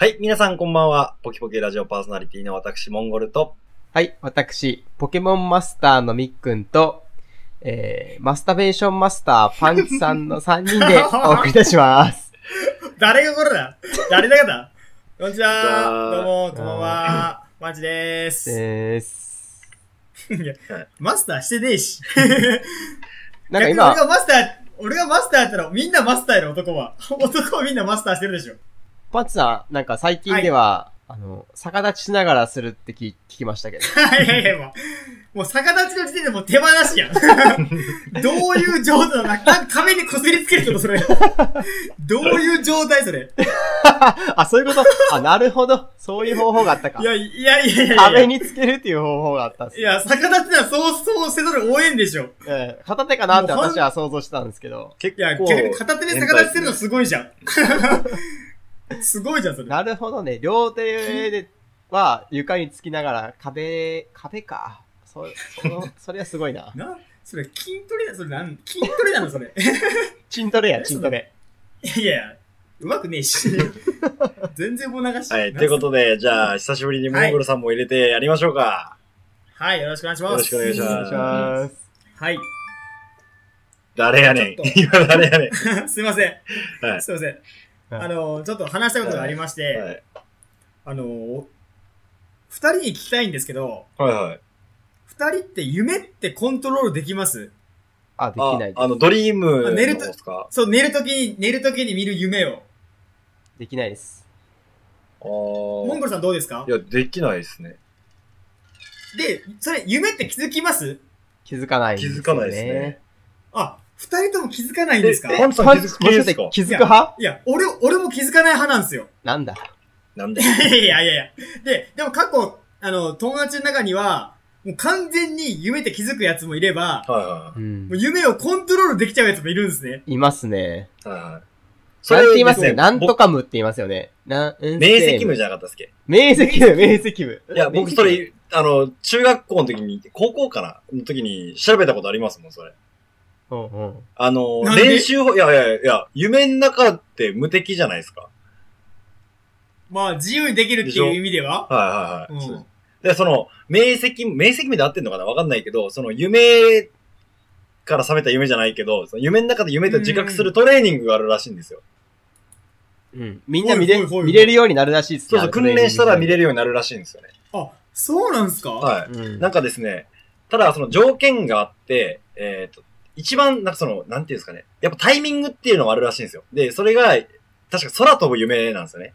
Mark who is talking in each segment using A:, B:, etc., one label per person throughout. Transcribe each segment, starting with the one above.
A: はい、皆さんこんばんは。ポキポキラジオパーソナリティの私、モンゴルと、
B: はい、私、ポケモンマスターのみっくんと、えー、マスタベーションマスターパンチさん の3人でお送りいたします。
C: 誰がこれだ誰だかだこんにち
A: じゃあ
C: はどうも、こんばんは。マーチでーす。
B: でーす。
C: いやマスターしてねえし。
B: なんか
C: 逆に俺
B: 今、
C: がマスター、俺がマスターやったらみんなマスターやろ、男は。 男はみんなマスターしてるでしょ。
B: パンチさん、なんか最近では、あの、逆立ちしながらするって聞聞きましたけど。
C: いやいやいや、もう、もう逆立ちの時点でもう手放しやん。 どういう状態なの壁にこすりつけるってことそれ。どういう状態それ。
B: あ、そういうことあ、なるほど。そういう方法があったか
C: い。や、いやいやいやいや。
B: 壁につけるっていう方法があったんです
C: い
B: ね
C: や、逆立ちならそう、そうせざる応援でしょ。
B: えー片手かなって私は想像してたんですけど。
A: 結
C: いや、
A: 構、
C: 逆に片手で逆立ちするのすごいじゃん。 すごいじゃん、それ。
B: なるほどね。両手では床につきながら壁、壁か。そ、その、 それはすごいな。
C: な、それ筋トレだ、それなん、筋トレなの、それ。
B: 筋トレや、筋トレ。
C: いやいや、うまくねえし。 全然もう流し。
A: はい、ということで、じゃあ、久しぶりにモンゴルさんも入れてやりましょうか。
C: はい、よろしくお願いします。
A: よろしくお願いし
B: お
A: ま
B: 願いします。
C: はい。
A: 誰やねん
C: ちょっ。と
A: 今誰やね
C: すいません。
A: ん。はい。
C: すいません。あの、ちょっと話したいことがありまして、
A: はい。
C: あの、二人に聞きたいんですけど、
A: はいはい。
C: 二人って夢ってコントロールできます
B: あ、でき
A: あ
B: ないで
A: あの、ドリームの
C: あ寝ると
A: ですか
C: そう、寝るときに、寝るときに見る夢を。
B: す。できないです。
A: あ
C: モン
A: ー
C: ゴルさんどうですか
A: いや、できないですね。
C: で、それ、夢って気づきます
B: 気づかないんですよ、
A: 気づかないですね。
C: あ、二人とも気づかないんですか
A: ええ
C: い
A: パンチさん
B: パンチ
A: 気づく系ですか
B: もしかして気づく派
C: や、俺、俺も気づかない派なんですよ。
B: なんだ。
A: なんで
C: いやいやいやいや。で、でも過去、あの、友達の中には、もう完全に夢って気づくやつもいれば、
A: はいは
B: うん
C: もう。夢をコントロールできちゃうやつもいるんですね。
B: いますね。
A: い。はいはい。そ
B: なんて言います
A: で
B: ね。なんとか無って言いますよね。なん、うん
A: 僕明晰夢じゃなかったっすっけ
B: 明晰夢、明晰夢。
A: いや、僕それ、あの、中学校の時に、高校かなの時に調べたことありますもん、それ。
B: うんうん。
A: あの、
C: なんで
A: 練習法、いやいやいや、夢の中って無敵じゃないですか。
C: まあ、自由にできるっていう意味では
A: はいはいはい。
C: うん
A: で、その、明晰、明晰夢で合ってんのかなわかんないけど、その夢から覚めた夢じゃないけど、その夢の中で夢と自覚するトレーニングがあるらしいんですよ。
B: うん。みんな見れ、
C: ほいほいほい
B: 見れるようになるらしいです
A: そう
B: ね
A: そう、訓練したら見れ
B: る。
A: るようになるらしいんですよね。
C: あ、そうなんすか
A: は
B: うん
A: い。なんかですね、ただその条件があって、えっ、と、一番、なんかその、なんていうんですかね、やっぱタイミングっていうのがあるらしいんですよ。で、それが、確か空飛ぶ夢なんですよね。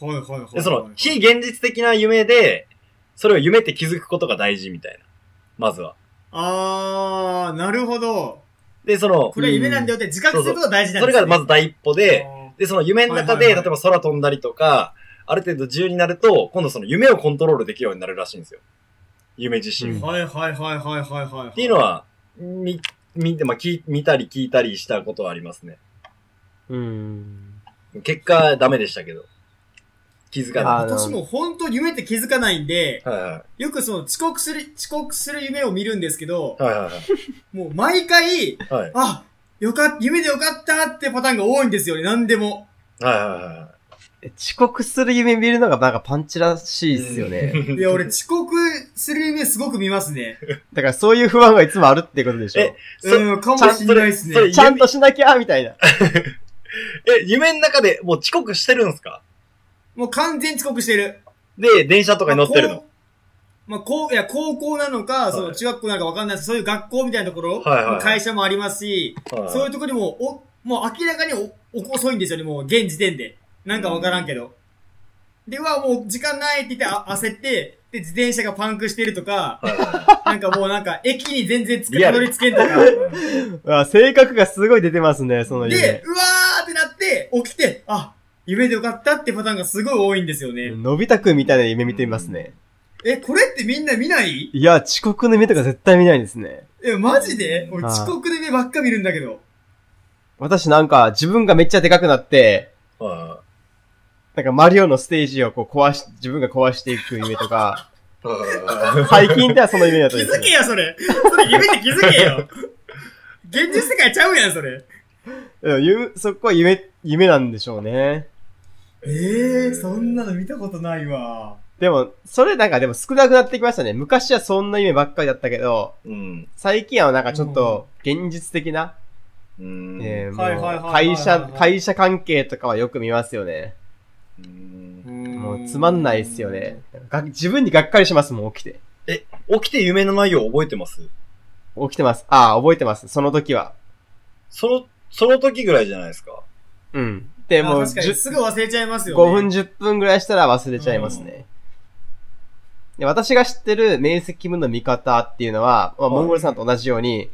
C: はいはいはいはい。
A: で、その、非現実的な夢で、それを夢って気づくことが大事みたいな。まずは。
C: あー、なるほど。
A: で、その、
C: これ夢なんだよって自覚することが大事なん
A: そ
C: で
A: れ
C: すね。
A: がまず第一歩で、
C: あ
A: で、その夢の中
C: は
A: で、
C: い
A: 例
C: は
A: え
C: いはい
A: ば空飛んだりとか、ある程度自由になると、今度その夢をコントロールできるようになるらしいんですよ。夢自身
B: う
C: ー。
A: も。っ
C: はいはいはいはいはいはい。って
A: いうの、は、み、見て、まあ、聞い見たり聞いたりしたことはありますね。
B: うん。
A: 結果、ダメでしたけど。気づかな
B: あの
C: 私も本当に夢って気づかないんで、
A: い。はいは
C: よくその遅刻する、遅刻する夢を見るんですけど
A: い。、はいはい
C: もう毎回、
A: はい。はい。
C: あ、よかっ夢でよかったってパターンが多いんですよね、何でも。
A: はいはいは
B: 遅刻する夢見るのがなんかパンチらしい
A: い。
B: っすよ ね。
C: いや、俺遅刻する夢すごく見ますね。
B: だからそういう不安がいつもあるってことでし
A: え
B: ょ。
A: そ
C: うん、かもしんないです
A: それ
C: ね。
B: ちゃんとしなきゃみたいな。
A: え、夢の中でもう遅刻してるんですか
C: もう完全に遅刻してる。
A: で、電車とかに乗ってるの。
C: まあ、こう、いや、高校なのか、
A: い
C: その中学校なのかわかんないです。そういう学校みたいなところ、
A: はいはいはい
C: 会社もありますし、
A: はい
C: そういうところにも、お、もう明らかにお、お遅いんですよね、もう現時点で。なんかわからんけど。では、もう時間ないって言ってあ焦って、で、自転車がパンクしてるとか、
A: はいはい
C: なんかもうなんか、駅に全然つけ、
A: リア
C: た
A: ル
C: どり着けんと か。
B: う わ性格がすごい出てますね、その
C: で
B: 夢、。
C: うわーってなって、起きて、あ、夢でよかったってパターンがすごい多いんですよね。
B: のび太くんみたいな夢見てますね。
C: え、これってみんな見ない
B: いや、遅刻の夢とか絶対見ないですね。
C: え、マジで俺
B: はい
C: 遅刻で目ばっか見るんだけど。
B: 私なんか自分がめっちゃでかくなって、
A: は
B: なんかマリオのステージをこう壊し、自分が壊していく夢とか、
A: いはい
B: 最近ではその夢だっ
C: 気
B: たんです
C: づ
B: よ
C: け。よ、それそれ夢って気づけ よ現実世界ちゃうやん、それ。
B: うん夢そこは夢、夢なんでしょうね。
C: えええそんなの見たことないわ。
B: でも、それなんかでも少なくなってきましたね。昔はそんな夢ばっかりだったけど、
A: うん。
B: 最近はなんかちょっと現実的な、
A: うん。
B: えー
C: はいはい
B: もう
C: はいはいはい
B: 会社、会社関係とかはよく見ますよね。
A: うん
B: も
C: も
B: うつまんないっすよね。。が自分にがっかりしますもん、起きて。
A: 起きて夢の内容覚えてます
B: 起きてます。ああ、覚えてます。その時は。
A: その、その時ぐらいじゃないですか。
B: うん。で、もう
C: あ確かに
B: じゅ
C: すぐ忘れちゃいますよ、ね。
B: 5分10分ぐらいしたら忘れちゃいますね。で私が知ってる明晰夢の見方っていうのは、ま
A: は
B: あ、
A: い
B: モンゴルさんと同じように、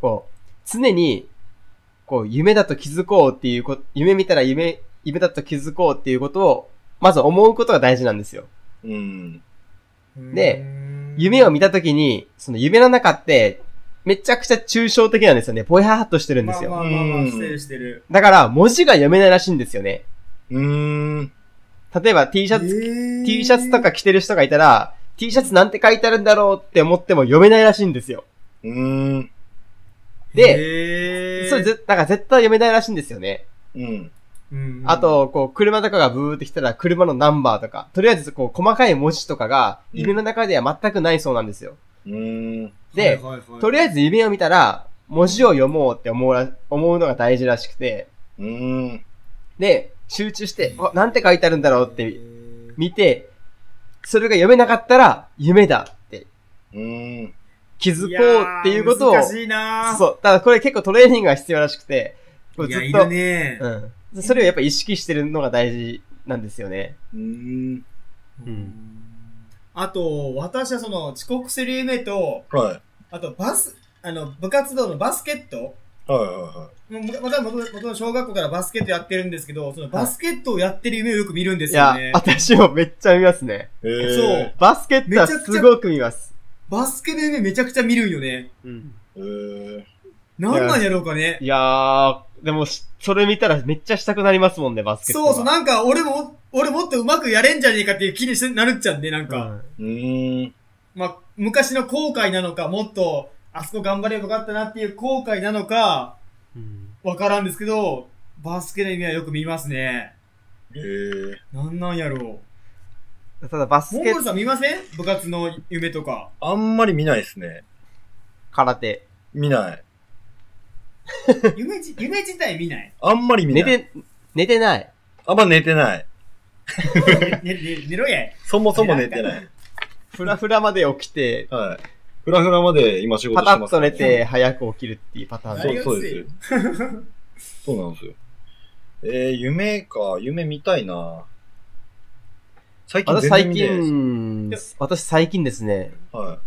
B: こう、常に、こう、夢だと気づこうっていうこと、夢見たら夢、夢だと気づこうっていうことを、まず思うことが大事なんですよ。
A: うん。
B: で、夢を見たときに、その夢の中って、めちゃくちゃ抽象的なんですよね。ぼやーっとしてるんですよ。
C: まあまあまあま
A: う
C: あ、
A: ん
C: してるしてる。
B: だから、文字が読めないらしいんですよね。
A: うーん。
B: 例えば T シャツ T シャツとか着てる人がいたら、T シャツなんて書いてあるんだろうって思っても読めないらしいんですよ。
A: うーん。
B: で、
C: で
B: それ、ぜ、だから絶対読めないらしいんですよね。
A: うん。
C: うん
B: あ、と、こう、車とかがブーって来たら車のナンバーとか、とりあえずこう、細かい文字とかが、
A: うん
B: 夢の中では全くないそうなんですよ。
A: うーん。
B: で、とりあ
C: え
B: えず夢を見たら、文字を読もうって思うら、思うのが大事らしくて、
A: うーん。
B: で、集中して、あなんて書いてあるんだろうって
C: ず
B: 見て、それが読めなかったら、夢だって
A: うーん。
B: 気づこうっていうことを、
C: 難しいな
B: そう。だからこれ結構トレーニングが必要らしくて、こう
C: い
B: ず
C: や、
B: っ
C: い
B: と、
C: るね。
B: うん。それをやっぱ意識してるのが大事なんですよね。
A: うーん。
B: うん
C: あと、私はその、遅刻する夢と、
A: はい。
C: あと、バス、あの、部活動のバスケット
A: はいはいはい。
C: もうむまた僕僕の小学校からバスケットやってるんですけど、そのバスケットをやってる夢をよく見るんで
B: い
C: すよ
B: や
C: ね、。
B: 私もめっちゃ見ますね。
A: えー、
C: そう
B: バスケットはすごく見ます。
C: バスケの夢めちゃくちゃ見るんよね。
B: うん。
A: えー、
C: なんなんやろうかね。
B: いやー、でもし、それ見たらめっちゃしたくなりますもんね、バスケット
C: そ
B: は。
C: うそう、なんか俺も、俺もっとうまくやれんじゃねえかっていう気にしてなるっちゃんで、なんか。
B: う
A: う
B: ん
A: ーん。
C: まあ、昔の後悔なのか、もっと、あそこ頑張ればよかったなっていう後悔なのか、
B: うん。
C: わからんですけど、バスケの夢はよく見ますね。
A: えー、
C: なんなんやろ
B: ただバ
C: う。
B: ス
C: モン
B: ケ
C: ゴルさん見ません部活の夢とか。
A: あんまり見ないですね。
B: 空手。
A: 見ない。
C: 夢じ、夢自体見ない。
A: あんまり見
B: 寝
A: ない。
B: て、寝てない。
A: あんま寝てない。
C: ね、ね、ね寝ろや。
A: そもそも寝てない。
B: ふらふらまで起きて、
A: はい。ふらふらまで今仕事
B: パ
A: して
B: タ
A: ます、
B: ッと寝。て、早く起きるっていうパターン
A: そ
B: で。
A: う、そうですよ。そうなんですよ。えー、夢か。夢見たいな最近
B: 私
A: 全
B: 最
A: 然見ないです。
B: 近、私最近ですね、
A: は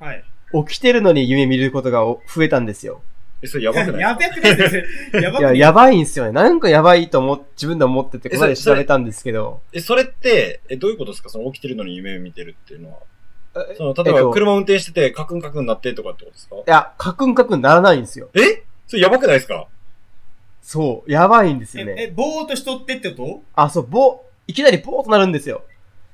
A: い。
C: はい。
B: 起きてるのに夢見ることがお増えたんですよ。
A: え、それやばくない
C: やばくないですねやば
B: い
C: くな
B: や、
C: い。
B: やばいんすよね。なんかやばいと思っ、自分で思ってて、ここまで
A: えそれ
B: 調べたんですけど。
A: え、それって、え、どういうことですかその起きてるのに夢見てるっていうのは。
B: え
A: その、例え
B: えっと
A: ば車運転してて、カクンカクンなってとかってことですか
B: いや、カクンカクンならないんですよ。
A: えそれやばくないですか
B: そう、やばいんですよ
C: え、え、
B: ね。
C: ぼーっとしとってってこと
B: あ、そう、ぼ、いきなりぼーっとなるんですよ。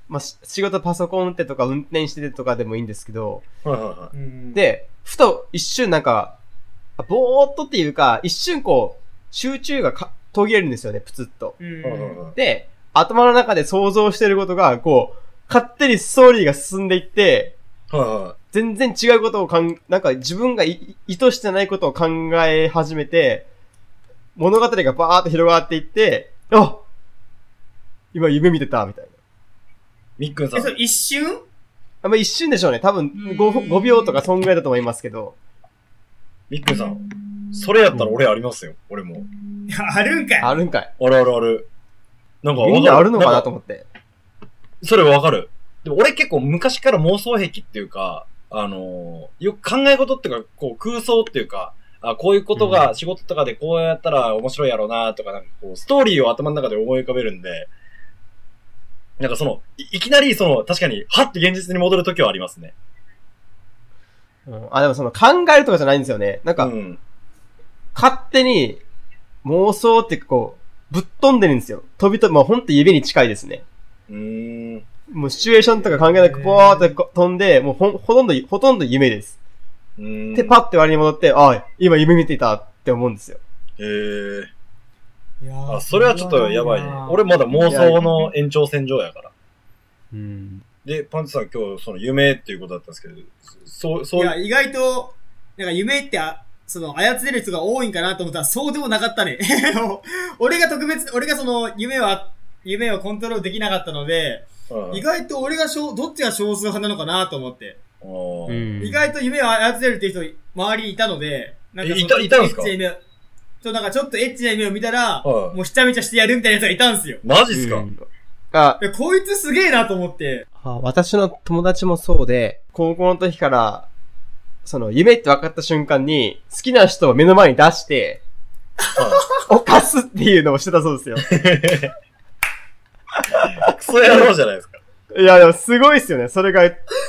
B: まあ、し仕事パソコン打ってとか運転しててとかでもいいんですけど。
A: はいはいは
C: うん、
B: で、ふと一瞬なんか、あぼーっとっていうか、一瞬こう、集中がか途切れるんですよね、プツッと。
C: うん
A: い。はいはいはい。
B: で、頭の中で想像してることが、こう、勝手にストーリーが進んでいって、
A: はいはい。
B: 全然違うことをかん、なんか自分がい意図してないことを考え始めて、物語がバーっと広がっていって、あ今夢見てたみたいな。
A: みっくんさ
C: え、
A: ん
C: そ。れ一瞬
B: あまあ、一瞬でしょうね。多分
C: ん
B: 5, 5秒とかそんぐらいだと思いますけど。
A: みっくんさん。それやったら俺ありますよ。俺も。
C: いやあるんかい。
B: あるんかい。
A: あるあるある。なんかわか
B: みんなあるのかなと
A: ん
B: 思って。
A: それわかる。でも俺結構昔から妄想癖っていうか、あのーよく考え事っていうか、こう空想っていうか、あこういうことが仕事とかでこうやったら面白いやろうなとか、なんかこう、ストーリーを頭の中で思い浮かべるんで、なんかその、いいきなりその、確かに、はって現実に戻るときはありますね。
B: うんあ、でもその考えるとかじゃないんですよね。なん
A: う
B: か、
A: ん。
B: 勝手に妄想っていうかこう、ぶっ飛んでるんですよ。飛びと、もうほんと指に近いですね。
A: うーん。
B: もうシチュエーションとか関係なく、ぼーってこ飛んで、もうほん、ほとんど、ほとんど夢です。
A: うーん。
B: で、パッて割に戻って、ああ、今夢見ていたって思うんですよ。
A: えー。
C: いやー
A: あ、それはちょっとやばいね。俺まだ妄想の延長線上やから。
B: うん。
A: で、パンチさん今日その夢っていうことだったんですけど、そう、
C: い
A: そうい
C: や、
A: う、
C: 意外と、なんか夢ってあ、その、操れる人が多いんかなと思ったら、そうでもなかったね。 俺が特別、俺がその、夢は、夢をコントロールできなかったので、
A: うん
C: 意外と俺が少、どっちが少数派なのかなと思って。
A: うん
C: 意外と夢を操れるっていう人、周りにいたので、なんかその
A: えいたいたんすか
C: エッチな夢をそう、なんかちょっとエッチな夢を見たら、
A: はい
C: もうひちゃめちゃしてやるみたいなやつがいたんすよ。
A: マジっすか、
B: うんあ、
C: でこいつすげえなと思って。
B: あ私の友達もそうで、高校の時から、その、夢って分かった瞬間に、好きな人を目の前に出 して、犯すっていうのをしてたそうですよ。
A: クソ野郎じゃないですか。
B: いや、でもすごいですよね。それが、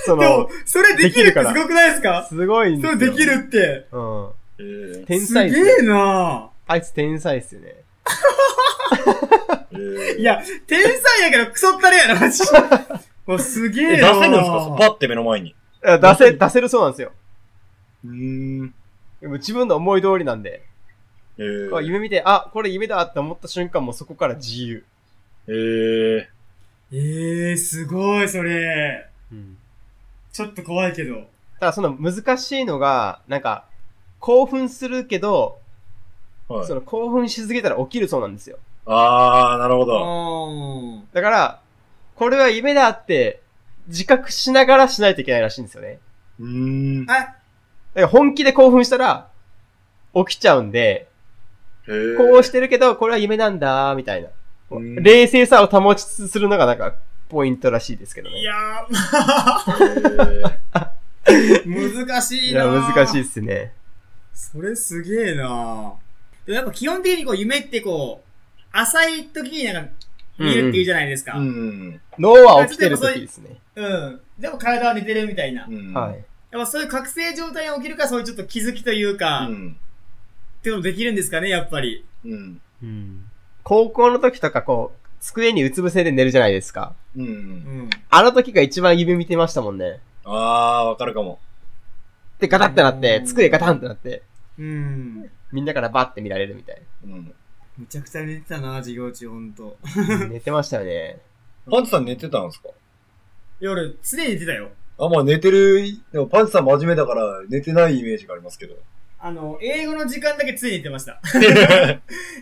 B: そ
C: でも
B: の、、
C: それできる
B: できる
C: ってす
B: から
C: ごくないですか
B: すごいん
C: そ
B: です
C: れ
B: よ。
C: でき。るって。
B: うん。
A: えー
B: 天
C: す
B: 才っすよ
C: げえな
B: あいつ天才っすよね。
A: えー
C: いや、天才やけど、クソったれやな、マ ジ。もうすげ
A: え
C: え
A: 出
C: な
A: せるんですかパッて目の前に。
B: あ出せ、出せるそうなんですよ。
A: うん。
B: でも自分の思い通りなんで、
A: えー
B: こう夢見て、あ、これ夢だって思った瞬間もうそこから自由。
A: えー
C: ええー、すごい、それ。ちょっと怖いけど。
B: ただその難しいのが、なんか、興奮するけど、
A: はい
B: その興奮しすぎたら起きるそうなんですよ。
A: あー、なるほ
C: あ
A: ど。
C: ー
B: だから、これは夢だって自覚しながらしないといけないらしいんですよね。
A: うーん。
C: あ、
B: だから本気で興奮したら起きちゃうんで、
A: えー
B: こうしてるけど、これは夢なんだ、みたいな。
A: うん
B: 冷静さを保ちつつするのがなんか、ポイントらしいですけどね。
C: いや
A: え
C: ー、
A: ー
C: 難しい
B: い
C: な
B: や、
C: ー
B: 難しいっすね。
C: それすげえなでもやっぱ基本的にこう夢ってこう、浅い時になんか見るっていうじゃないですか。
A: う
C: うん。
A: ん。
B: 脳は起きてる時ですね。
C: でも体は寝てるみたいな。
A: う
C: やっ
A: ん
B: はい。
C: ぱそういう覚醒状態に起きるからそういうちょっと気づきというか、
A: う
C: っ
A: ん。
C: ていうのもできるんですかね、やっぱり。
A: うん。
B: 高校の時とかこう、机にうつ伏せで寝るじゃないですか。
A: う。
C: うんん。
B: あの時が一番夢見てましたもんね。
A: あー、わかるかも。
B: で、ガタってなっ
C: う
B: て
C: ん、
B: 机ガタンってなって、
C: うん。
B: みんなからバッて見られるみたい
A: うん。
C: めちゃくちゃ寝てたな、授業中、ほんと。
B: な。寝てましたよね。
A: パンチさん寝てたんですか
C: 夜、常に寝てたよ。
A: あ、まあ寝てる、でもパンチさん真面目だから寝てないイメージがありますけど。
C: あの、英語の時間だけ常に寝てま した。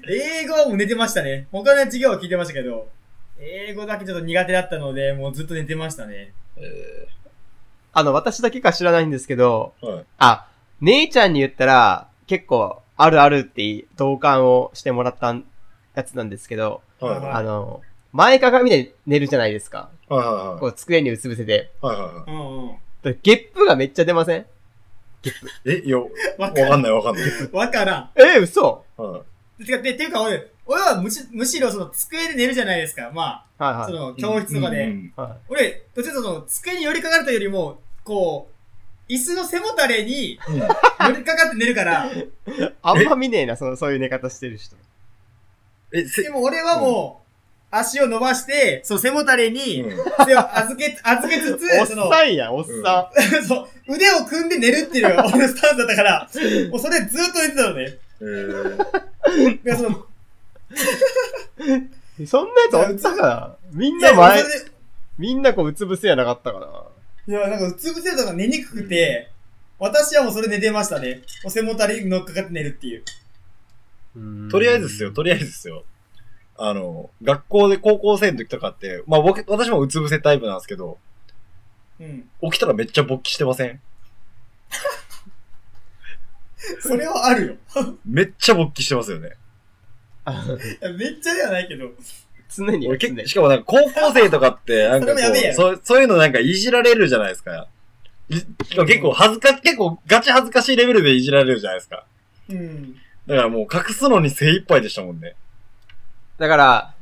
C: 英語はもう寝てましたね。他の授業は聞いてましたけど、英語だけちょっと苦手だったので、もうずっと寝てましたね。
A: え
B: あの、私だけか知らないんですけど、
A: ーはい。
B: あ、姉ちゃんに言ったら、結構、あるあるって同感をしてもらったやつなんですけど、
A: はいはい。
B: あの、前かがみで寝るじゃないですか。
A: はいはい
B: こう、机にうつ伏せで。
A: はい。はいはいは
C: うんうん。
B: でゲップがめっちゃ出ません
A: い。え、いや、わ
C: わか
A: からんないわかんない。
C: ん。わからん。
B: えー、嘘
A: はい
C: てか、で、ていうか俺、俺はむしむしろその机で寝るじゃないですか。ま
B: はい
C: あ、そ
B: は
C: の教室とかで。
A: うん
B: い。はい
C: 俺、どっちらかというとその机に寄りかかるというよりも、こう、椅子の背もたれに
A: うんうん
C: 寄りかかって寝るから、
B: あんま見ねえな、その、そういう寝方してる人。
A: え、
C: で
A: せ、
C: も俺はもう、足を伸ばして、そう、背もたれに
A: う、ん
C: 手を預け、預けつ
B: お
C: つ、
B: っ
C: その、
B: さんや、おっさ
C: そう、腕を組んで寝るっていうのが俺のスタンスだったから、もうそれずっと寝てたのね。
A: えー
C: だからその、
B: ん。そんなやつおったかなみんない
C: や
B: 前
C: そ、れで
B: みんなこう、うつ伏せやなかったかな。
C: いや、なんかうつ伏せとか寝にくくて、私はもうそれ寝てましたね。お背もたれに乗っかかって寝るっていう。
A: とりあえずですよ、とりあえずですよ。あの、学校で高校生の時とかって、まあ僕、私もうつ伏せタイプなんですけど、
C: うん。
A: 起きたらめっちゃ勃起してません
C: それはあるよ。
A: めっちゃ勃起してますよね。
C: いやめっちゃではないけど。
B: 常にや
A: 俺
B: 常
A: 結
B: に
A: 構、しかもなんか高校生とか って、なんかこ
C: それもやべえや
A: う、
C: ろ
A: そう、そういうのなんかいじられるじゃないですか。いしかも結構恥ずか、結構ガチ恥ずかしいレベルでいじられるじゃないですか。
C: うん。
A: だからもう隠すのに精一杯でしたもんね。
B: だから、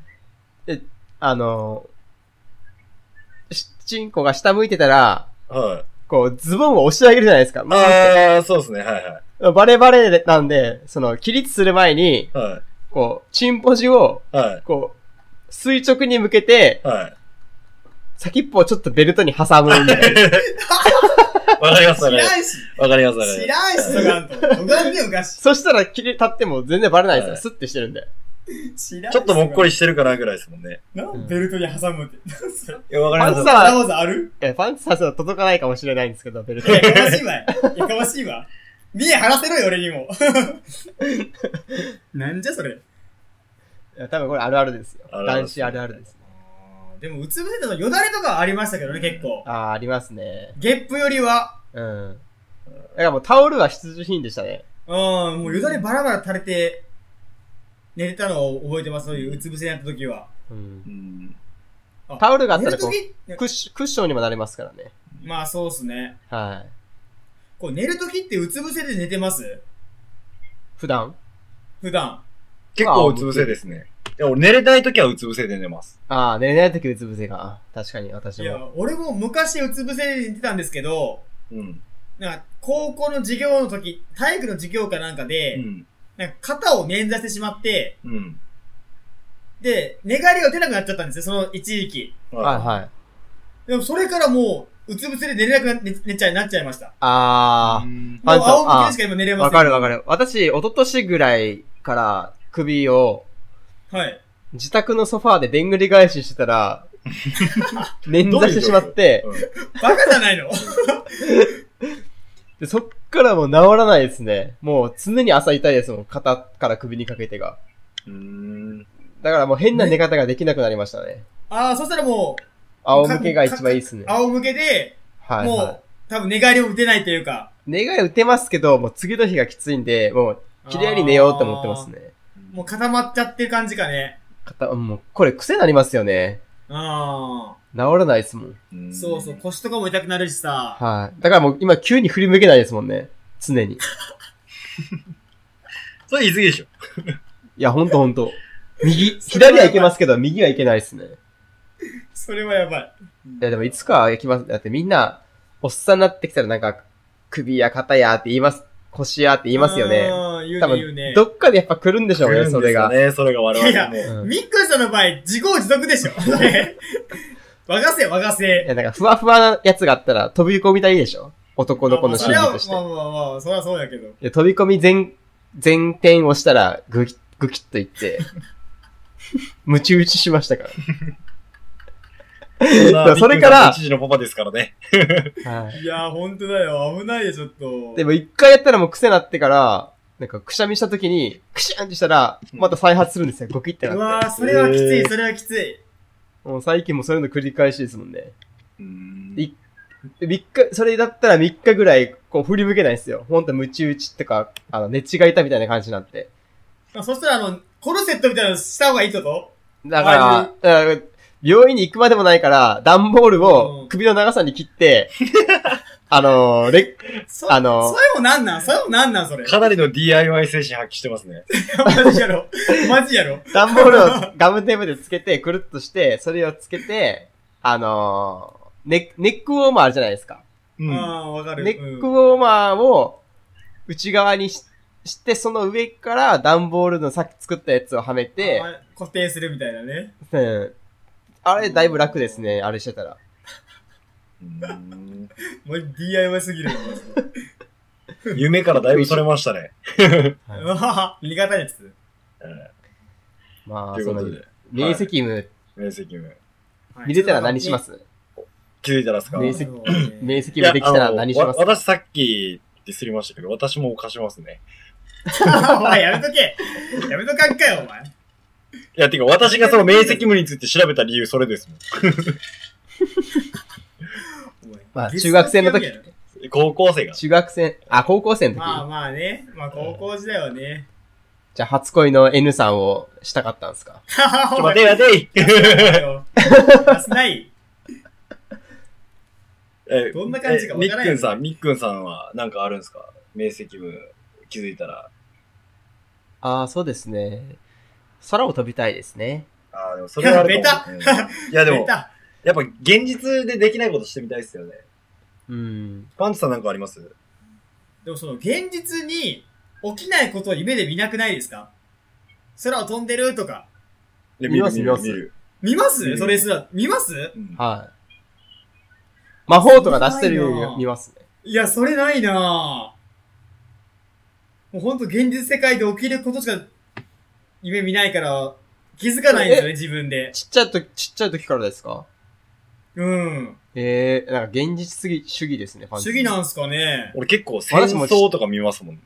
B: え、あの、しチンコが下向いてたら、
A: はい。
B: こう、ズボンを押し上げるじゃないですか。
A: あー、そうですね、はいはい。
B: バレバレなんで、その、起立する前に、
A: は
B: こう、チンポジを、
A: い。はい。
B: こう、垂直に向けて、
A: はい。
B: 先っぽをちょっとベルトに挟むみたいな。
A: わかります、わか
C: 知
A: りま
C: ら
A: す。
C: んし、
A: わかります、わかり
C: 知
A: ます。
C: らんし、とかんと。とがんでよ、ガシ。
B: そしたら、切れ、立っても全然バレないですよ。
A: はい
B: スッてしてるんで。
C: 知らん
A: ちょっともっこりしてるかなぐらいですもんね。
C: なんベルトに挟むって。なんそれ。
A: いや、わか
B: パ
A: りま
B: ンツ
A: す。
C: わざ
B: ァー、
C: わざある
B: えパンツァーさん届かないかもしれないんですけど、ベルト。
C: やかましいわ。やかましいわ。見え張らせろよ、俺にも。 なんじゃそれ。
B: いや多分これあるあるですよ。
A: あるある
B: 男子あるあるです。
C: でも、うつ伏せてのよだれとかはありましたけどね、結構。
B: ああー、ありますね。
C: ゲップよりは、
B: うん。だからもうタオルは必需品でしたね。
C: うん、もうよだれバラバラ垂れて、寝れたのを覚えてます、そういううつ伏せになった時は。
B: うん
A: う。ん。
B: タオルがあったら
C: 寝る
B: こう、
C: 時
B: クッシクッションにもなりますからね。
C: まあ、そうっすね。
B: はい。
C: こう、寝る時ってうつ伏せで寝てます
B: 普段
C: 普段。
A: 結構うつ伏せですね。いや、俺寝れない時はうつ伏せで寝ます。
B: ああ、寝れない時うつ伏せが。あ確かに
C: い
B: 私
C: や
B: も。、
C: 俺も昔うつ伏せで寝てたんですけど、
A: うん。
C: なんか、高校の授業の時、体育の授業かなんかで、
A: うん。
C: なんか肩を捻挫してしまって、
A: うん。
C: で、寝返りが出なくなっちゃったんですよ、その一時期。
B: はい
A: い。
B: はい。
C: でもそれからもう、うつ伏せで寝れなくな、寝寝ちゃい、なっちゃいました。
B: あ
A: うん
C: もう
B: パンツ
C: 仰向けでしか今寝れ
B: あ、
C: ませ
B: わ
C: ん。
B: かるわかる。私、一昨年ぐらいから首を
C: はい。
B: 自宅のソファーででんぐり返ししてたら、捻挫してしまって、
A: う
C: バカじゃないの
B: でそっからもう治らないですね。もう常に朝痛いですもん。肩から首にかけてが。
A: ん。うん
B: だからもう変な寝方ができなくなりましたね。
C: ああ、そしたらも
B: 仰向けが一番いいです
C: う
B: ね、。
C: 仰向けで、
B: はい、
C: も
B: は
C: う、多分寝返りも打てないというか。
B: い。願い打てますけど、もう次の日がきついんで、もう、綺麗に寝ようと思ってますね。
C: あー。もう固まっちゃってる感じかね。
B: 肩、もう、これ癖になりますよね。
C: あ
B: 治らないですもん。
A: うん
C: あ。そうそう、。腰とかも痛くなるしさ。
B: はい。だからもう今急に振り向けないですもんね。常に。い
A: それ言い過ぎでしょ。
B: や、ほんとほんと。右、左はいけますけど、右はいけないですね。い
C: それはやばい。
B: や、でもいつかはいきます。だってみんな、おっさんになってきたらなんか、首や肩やって言います、腰やって言いますよね。
C: あー言
B: 多
C: うね、言う
B: 分、
C: ね。
B: どっかでやっぱ来るんでしょう
A: 来る
B: ね、
A: んですよ
B: それが。
A: ね、それが我々
C: い
A: も。
B: うん
C: ミックさんの場合、自業自得でしょ。 それ和がせ、和が
B: い
C: せ。
B: や、なんか、ふわふわなやつがあったら、飛び込みたいでしょ男の子の
C: まあ
B: 心理として。
C: まあまあまあまあ、そりゃそうやけど。
B: いや飛び込み全、全転をしたら、ぐき、ぐきっとい って、むち打ちしましたか
A: そんな
B: それから
A: ビッグな一時のパパですからね。
B: ら。はい。
C: いやー、ほんとだよ。危ないよ、ちょっと。
B: でも一回やったらもう癖なってから、なんかくしゃみした時に、くしゃんってしたら、また再発するんですよ、ゴキってな
C: う
B: っ
C: わー、それはきつ
A: え
C: い、
A: ー
C: それはきつい。
B: て。もう最近もそういうの繰り返しですもんね。
A: うん
B: いで三日、それだったら3日ぐらい、こう振り向けないんですよ。ほんとムチ打ちとか、あの、寝違えたみたいな感じになって。
C: まあそしたら、あの、コルセットみたいなのした方がいいってこ
B: だから、だから病院に行くまでもないから、段ボールを首の長さに切って、 あのー、レ
C: とそ、
B: あのー
C: それもなんなんそれもなんなんそれ。
A: かなりの DIY 精神発揮してますね。
C: マジや ろ。マジやろ。
B: 段ボールをガムテープでつけて、くるっとして、それをつけて、あのー、ネネックウォーマーあるじゃないですか。
A: うん。
C: ああー、わかる。
B: ネックウ
C: うん
B: ォーマーを内側にしして、その上から段ボールのさっき作ったやつをはめて、
C: あー固定するみたいなね。
B: うん。 あれ、だいぶ楽ですね、あれしてたら。
A: うん
C: もう DIY すぎるよ。 マジで
A: 夢からだいぶそれましたね。
B: はいう
C: わはは、味方やつ。
B: ま
A: と
B: あ、
A: いう
B: そ
A: こ
B: の
A: と、で、
B: 明晰夢、
A: 面積夢。
B: 見れたら何しますす、
A: 気づいたらですか
B: 明晰 明晰夢できたら何します
A: いやあのわ私さっきディスりましたけど、私も犯しますね。
C: お前やめとけやめとかんかよ、お前。
A: いや、てか私がその明晰夢について調べた理由それですも
C: お前
B: まあ中学生の時。
A: ん。高校生が。
B: 中学生、あ、高校生の時、
C: まあまあね。まあ高校時代はね。
B: じゃあ初恋の N さんをしたかったんですか
A: ちょ、
C: お
A: 待て待てい
C: 出せない。
A: え
C: どんな感じかわか
A: えみっ
C: らん
A: く
C: や
A: ん
C: ん
A: さん、みっくんさんはなんかあるんですか明晰夢気づいたら。
B: ああ、そうですね。空を飛びたいですね。
A: ああ、でもそれはあるかも
C: ベタ
A: うんいや、で
C: 出
A: も、
C: た
A: やっぱ現実でできないことしてみたいですよね。
B: うん。
A: パンツさんなんかあります
C: でもその現実に起きないことを夢で見なくないですか空を飛んでるとか。
A: いや
B: 見ます見ます
A: る。
C: 見ます、
A: うん
C: それすら。見ます
A: うん
B: はい。魔法とか出してる
C: すごいな
B: ように見ますね。
C: いや、それないなぁ。もうほんと現実世界で起きることしか夢見ないから、気づかないんですよね、自分で。
B: ちっちゃいと、ちっちゃい時からですか
C: うん。
B: ええなんか現実主義、主義ですね、ファン
C: 主義なんすかね。
A: 俺結構戦争とか見ますもんね。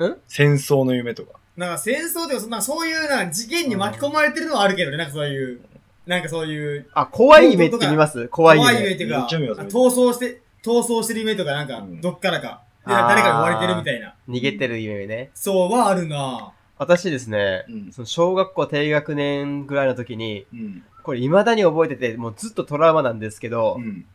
B: え
A: 戦争の夢とか。
C: なんか戦争とか、そんなそういうな、事件に巻き込まれてるのはあるけどね、なんかそういう、なんかそういう、
B: あ、怖い夢って見ます怖い夢。
C: 怖い夢っていう
A: め
C: か、
A: っちゃ見ます
C: 逃走して、逃走してる夢とか、なんか
A: う、ん
C: どっからか、で
B: あー
C: 誰かが追われてるみたいな。
B: 逃げてる夢ね。
C: そうはあるな
B: 私ですね、
A: うん。
B: その小学校低学年ぐらいの時に、
A: うん。
B: これ未だに覚えてて、もうずっとトラウマなんですけど、
A: うん。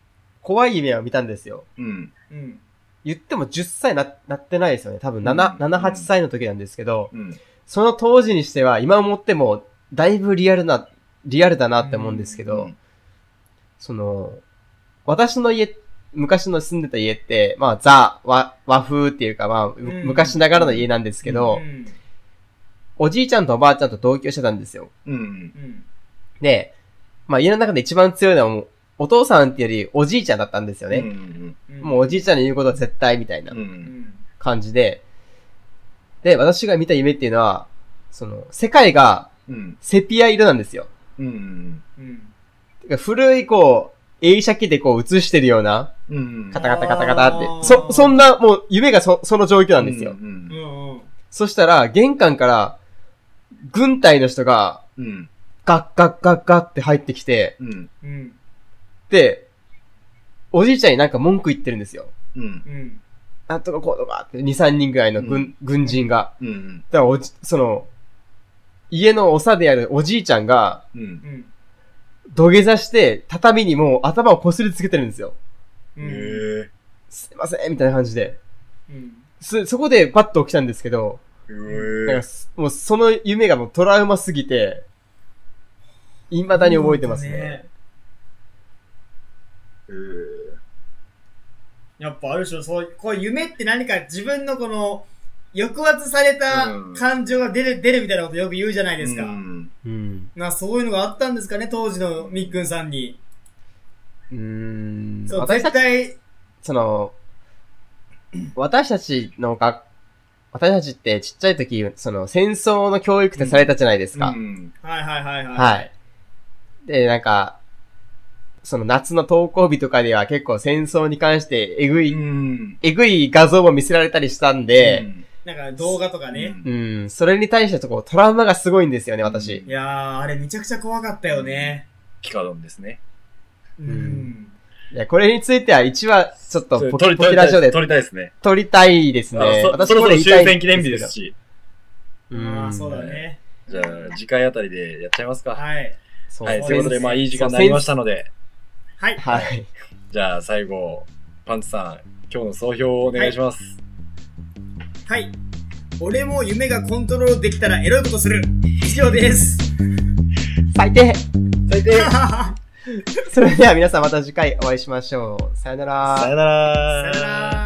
B: 怖い夢は見たんですよ。
A: うん。
C: うん。
B: 言っても10歳な、なってないですよね。多分
A: うん
B: 7、7、
A: うん
B: 8歳の時なんですけど、
A: うん。
B: その当時にしては、今思っても、だいぶリアルな、リアルだなって思うんですけど、
A: うん
B: その、私の家、昔の住んでた家って、まあ、ザ、和、和風っていうか、まあ、む
C: うん
B: 昔ながらの家なんですけど、
C: うん。
B: おじいちゃんとおばあちゃんと同居してたんですよ。
A: うん。
C: うん。
B: で、まあ、家の中で一番強いのはもう、お父さんっていうよりおじいちゃんだったんですよね。
A: うん。
C: うん
B: もうおじいちゃんの言うことは絶対みたいな
A: う。
C: うんん。
B: 感じで、で、私が見た夢っていうのは、その、世界が
A: うん。
B: セピア色なんですよ。
A: うん。
C: うん。
B: てか古いこう、映写機でこう映してるような、
A: うん。
B: カタカタカタカタって
C: あー、
B: そ、そんな、もう夢がそ、その状況なんですよ。
A: うん
C: う。んうん。
B: そしたら、玄関から、軍隊の人が、
A: うん。
B: ガッガッガッガッって入ってきて、
A: うん。
C: うん。
B: で、おじいちゃんになんか文句言ってるんですよ。
A: うん。
C: うん。
B: なんとかこうとかって、2、3人ぐらいの軍、軍人が。
A: うん。
B: だからおじ、その、家のおさであるおじいちゃんが、
A: うん。
C: うん。
B: 土下座して、畳にもう頭を擦りつけてるんですよ。
C: う
A: へ
C: ん。
A: え。
B: すいません、みたいな感じで。
C: うん。
B: そ、そこでパッと起きたんですけど、
A: へ
B: なん
A: え
B: か。すもうその夢がもうトラウマすぎて、未だに覚えてますね。
C: やっぱあるでしょ、そういう、こういう夢って何か自分のこの、抑圧された
A: うん
C: 感情が出る、出るみたいなことよく言うじゃないですか。
A: うん。
B: うん。
C: な、そういうのがあったんですかね、当時のみっくんさんに。
B: うーん。
C: そう、
B: 私た
C: 絶
B: ち、
C: 対、
B: その、私たちのが、私たちってちっちゃい時、その戦争の教育ってされたじゃないですか。
A: うん。
C: はいはいはいはい。
B: はい。で、なんか、その夏の登校日とかでは結構戦争に関してえぐい、
A: うん。
B: えぐい画像も見せられたりしたんで、
C: なんか動画とかね。
B: うん、それに対してこうトラウマがすごいんですよね、
A: う
B: 私
A: ん。
C: いやー、あれめちゃくちゃ怖かったよね。
A: キカドンですね。
C: うんん。
B: いや、これについては1話、ちょっとポキ
A: 取り
B: ポキラジオで
A: 取りたいですね。
B: 撮りたいですね。
A: そろ
B: 私
A: そ
B: こ
A: ろ
B: れ言い
A: 終
B: たい
A: 戦記念日です。し。
B: う
C: ああ、
B: ん。
C: そうだね。
A: じゃあ、次回あたりでやっちゃいますか。
C: はい。
B: そう
A: はい、
C: そ
A: と
C: う
A: いうこと
C: です
A: で、まあ、いい時間になりましたので、
C: はい。
B: はい。
A: じゃあ、最後、パンツさん、今日の総評をお願いします。
C: はい。俺も夢がコントロールできたらエロいことする。以上です。
B: 最低
A: 最 低さ
C: さ
B: それでは皆さんまた次回お会いしましょう。さよなら。
A: よなら
C: よなら